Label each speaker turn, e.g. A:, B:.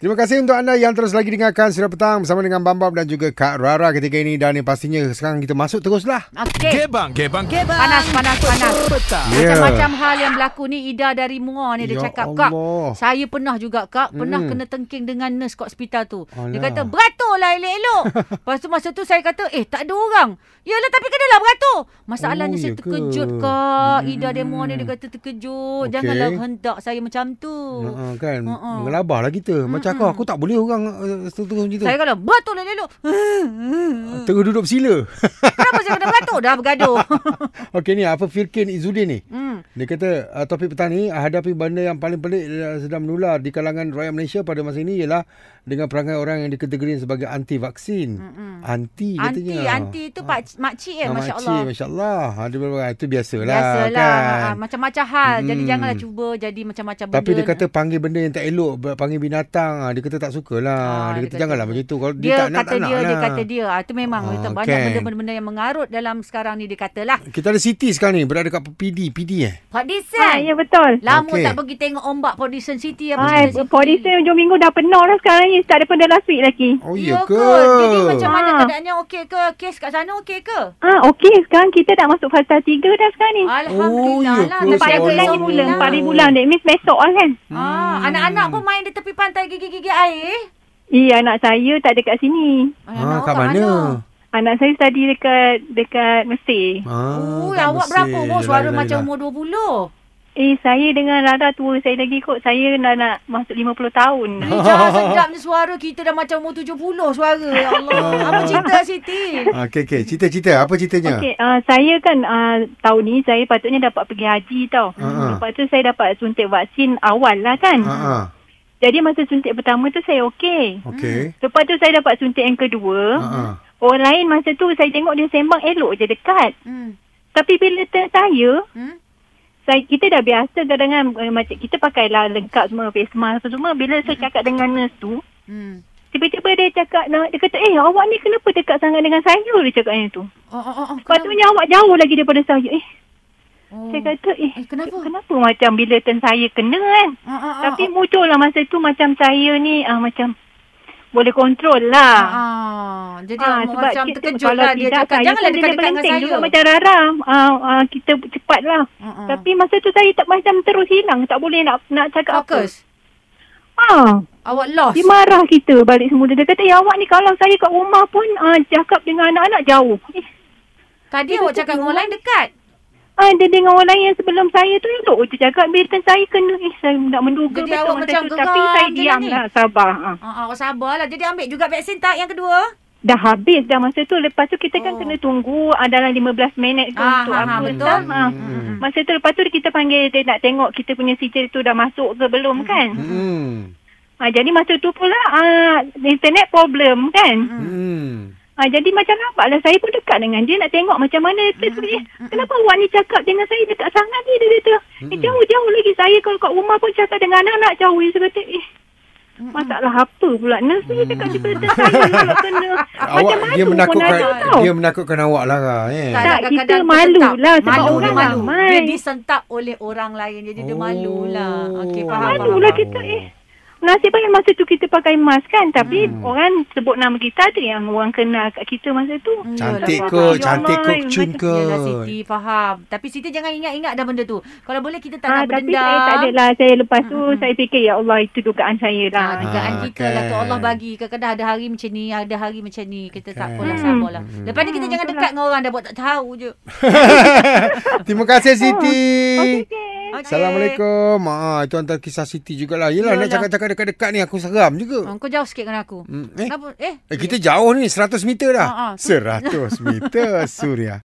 A: Terima kasih untuk anda yang terus lagi dengarkan Surat Petang bersama dengan Bambam dan juga Kak Rara ketika ini dan yang pastinya sekarang kita masuk teruslah.
B: Okey.
C: Gebang, gebang,
B: Gebang. Panas, panas, panas.
C: petang.
A: Ya.
B: Macam-macam hal yang berlaku ni Ida dari Muar ni dia
A: Ya
B: cakap kak.
A: Allah.
B: Saya pernah juga kak, pernah
A: Mm.
B: kena tengking dengan nurse kat hospital tu. Dia
A: Alah.
B: kata beratur lah elok-elok. Lepas tu masa tu saya kata eh tak ada orang. Yalah tapi kenalah beratur. Masalahnya
A: Oh, ya ke?
B: saya
A: Hmm.
B: terkejut kak. Ida dari Muar ni dia kata
A: Okey.
B: terkejut. Janganlah hendak saya macam tu.
A: Ha kan.
B: Ha-ha.
A: Mengelabahlah kita. Macam aku aku tak boleh orang uh, terus macam tu.
B: Saya kalau beratur lah elok.
A: Terus duduk bersila.
B: Kenapa saya kena beratur? Dah bergaduh.
A: Okey ni apa Firkin Izzuddin ni?
B: hmm.
A: Dia kata uh, topik petang ni hadapi benda yang paling pelik uh, sedang menular di kalangan rakyat Malaysia pada masa ini ialah dengan perangai orang yang dikategori sebagai anti vaksin.
B: Mm-mm.
A: Anti
B: Anti,
A: katanya.
B: anti tu pak makcik eh,
A: Ah,
B: Masya
A: makcik,
B: Allah.
A: Masya-Allah. Ha, dia berbagai- itu biasalah,
B: Biasalah
A: kan.
B: ha, Macam-macam hal Jadi
A: Mm.
B: janganlah cuba Jadi macam-macam benda Ah,
A: Tapi dia kata ah, panggil benda yang tak elok b- Panggil binatang ah, Dia kata tak sukalah lah
B: Ah,
A: dia,
B: dia
A: kata
B: kata-
A: janganlah macam tu Kalau dia,
B: dia
A: tak nak,
B: kata
A: tak
B: dia,
A: nak
B: dia
A: lah.
B: kata dia. Ah, Itu memang
A: Ah,
B: kita banyak
A: kan.
B: benda-benda yang mengarut dalam sekarang ni dia katalah.
A: Kita ada Siti sekarang ni Berada kat PD PD eh
B: Pak Disen.
D: Ha, ya betul.
B: Lama
A: Okey. ya.
B: tak pergi tengok ombak Podison City apa
D: Ha,
A: Hmm.
B: Podison City.
D: polisen hujung minggu dah penuh dah sekarang ni. Start daripada last week lagi.
A: Oh ya
B: Ya ke?
A: ke
B: Jadi macam mana
D: Ah.
B: keadaannya okey ke? Kes kat sana okey ke?
D: Ah, okey. Sekarang kita dah masuk fasa 3 dah sekarang ni.
B: Alhamdulillah
A: ya
B: lah.
A: ke?
B: Lepas
D: Empat
A: Seolah-
B: esok
D: bulan ni
B: ni Ah,
D: mula.
B: lah.
D: Empat hari bulan. That means besok lah kan.
A: Hmm.
B: Ah, anak-anak pun main di tepi pantai gigi-gigi air.
D: Iya, Eh, anak saya tak ada kat sini.
A: ha,
B: Anak-anak
A: Kat
B: awak
A: mana
D: Anak saya study dekat dekat Mesir.
A: ha,
B: Oh,
A: kat
B: awak
A: Mesir.
B: berapa umur?
A: Yelah,
B: Suara
A: yelah,
B: macam
A: yelah.
B: umur 20.
D: Eh, saya dengan Rara tua saya lagi kot. Saya dah nak masuk 50 tahun.
B: Rijal sedapnya suara kita dah macam umur 70 suara. Ya Allah. Apa cerita Siti?
A: Ah, Okey okey Cerita-cerita Apa ceritanya
D: Okey, uh, saya kan uh, tahun ni saya patutnya dapat pergi haji tau.
A: Ha-ha.
D: Lepas tu saya dapat suntik vaksin awal lah kan.
A: Ha ah.
D: Jadi masa suntik pertama tu saya okey.
A: Okey
D: Lepas tu saya dapat suntik yang kedua.
A: Ha ah.
D: Orang lain masa tu saya tengok dia sembang elok je dekat.
B: Hmm.
D: Tapi bila turn saya,
B: Hmm?
D: saya kita dah biasa kadang-kadang eh, macam kita pakailah lengkap semua face mask apa semua. Bila saya cakap dengan nurse tu,
B: Hmm.
D: tiba-tiba dia cakap nak- dia kata, "Eh, awak ni kenapa dekat sangat dengan saya?" dia cakap macam tu.
B: Oh, oh, oh, oh.
D: Patutnya awak jauh lagi daripada saya. Eh,
B: oh.
D: saya kata, "Eh,
B: Eh, kenapa?
D: Kenapa macam bila turn saya kena kan?"
B: Ah, ah, ah,
D: Tapi muncullah masa tu macam saya ni ah, macam boleh kontrol lah.
B: ah, ah. Jadi ah,
D: Ah, sebab
B: macam
D: kita-
B: terkejut
D: kalau
B: lah dia
D: tidak,
B: cakap.
D: saya
B: Janganlah
D: pun
B: dekat dekat dengan
D: belenceng
B: saya.
D: Juga macam Rara. Uh, uh, kita cepat lah.
B: Ah, ah.
D: Tapi masa tu saya tak macam terus hilang. Tak boleh nak nak cakap
B: Fokus.
D: apa. Ah,
B: Awak lost.
D: dia marah kita balik semula. Dia kata, ya awak ni kalau saya kat rumah pun uh, cakap dengan anak-anak jauh. Eh,
B: Tadi
D: Dia
B: awak
D: tu
B: cakap
D: dia
B: orang lain dekat.
D: ah, dia dengan orang lain yang sebelum saya tu duduk je cakap. Bila saya kena, eh saya nak menduga
B: Jadi awak
D: masa
B: macam
D: tu. Tapi
B: geram
D: saya
B: je
D: diam
B: ni.
D: lah, sabar. Ah.
B: Ah, ah, awak sabarlah. Jadi ambil juga vaksin tak yang kedua?
D: Dah habis dah masa tu. Lepas tu kita kan
B: Oh.
D: kena tunggu ah, dalam 15 minit tu
B: Ah,
D: untuk
B: ha, ha,
D: apa
B: betul.
D: entah, ah.
A: Hmm.
D: Masa tu lepas tu kita panggil dia nak tengok kita punya sijil tu dah masuk ke belum kan.
A: Hmm.
D: Ha, jadi masa tu pula ah, internet problem kan.
A: Hmm.
D: Ha, jadi macam nampak lah saya pun dekat dengan dia nak tengok macam mana.
A: Hmm.
D: Dia tu, eh, kenapa awak ni cakap dengan saya dekat sangat ni dia kata. Eh,
A: Hmm.
D: jauh-jauh lagi saya kalau kat rumah pun cakap dengan anak-anak jauh. Dia kata eh
A: Hmm.
D: masalah apa pula nurse ni cakap daripada saya kalau kena.
A: Awak dia
D: malu pun
A: menakutkan
D: ada tau.
A: dia menakutkan awak lah kan, eh.
D: Tak,
B: kadang-kadang
D: kita
B: tu
D: malu
B: tetap-
D: lah sebab
B: Malu,
A: orang
B: malu.
D: ramai.
B: Dia disentap oleh orang lain. Jadi
A: Oh.
B: dia malu lah. Okey, faham.
D: Malu
B: faham,
D: lah
B: faham.
D: kita eh. Nasib baik masa tu kita pakai mask kan. Tapi hmm. orang sebut nama kita ada yang orang kenal kat kita masa tu.
B: Hmm,
A: Cantik
D: Yalah,
A: ke,
D: Abang.
A: cantik ke,
D: Yalah,
A: cun ke.
B: Yalah Siti faham Tapi Siti jangan ingat-ingat dah benda tu Kalau boleh kita tak
D: Ah,
B: nak
D: tapi
B: berdendam Hmm.
D: saya tak ada lah. Saya lepas tu saya fikir ya Allah itu dugaan saya lah.
B: Ah, dugaan
A: Ah,
B: kita lah tu
A: kan.
B: Allah bagi Kadang-kadang ada hari macam ni Ada hari macam ni Kita tak
A: Kan.
B: apalah
D: Hmm.
B: sabarlah Lepas ni kita
D: Hmm,
B: jangan
D: betul
B: dekat dengan orang Dah buat tak tahu je
A: Terima kasih Siti.
D: Okey, okey.
B: Oh, Okey.
A: Assalamualaikum. Ha, itu antara kisah Siti jugalah. Yelah, nak
B: Yalah.
A: cakap-cakap dekat-dekat ni aku seram
B: Ah,
A: juga.
B: Kau jauh sikit dengan aku
A: Hmm, eh?
B: Kenapa? Ah, Eh
A: eh, kita jauh ni 100 meter dah.
B: Ha, ha.
A: 100 meter Suria.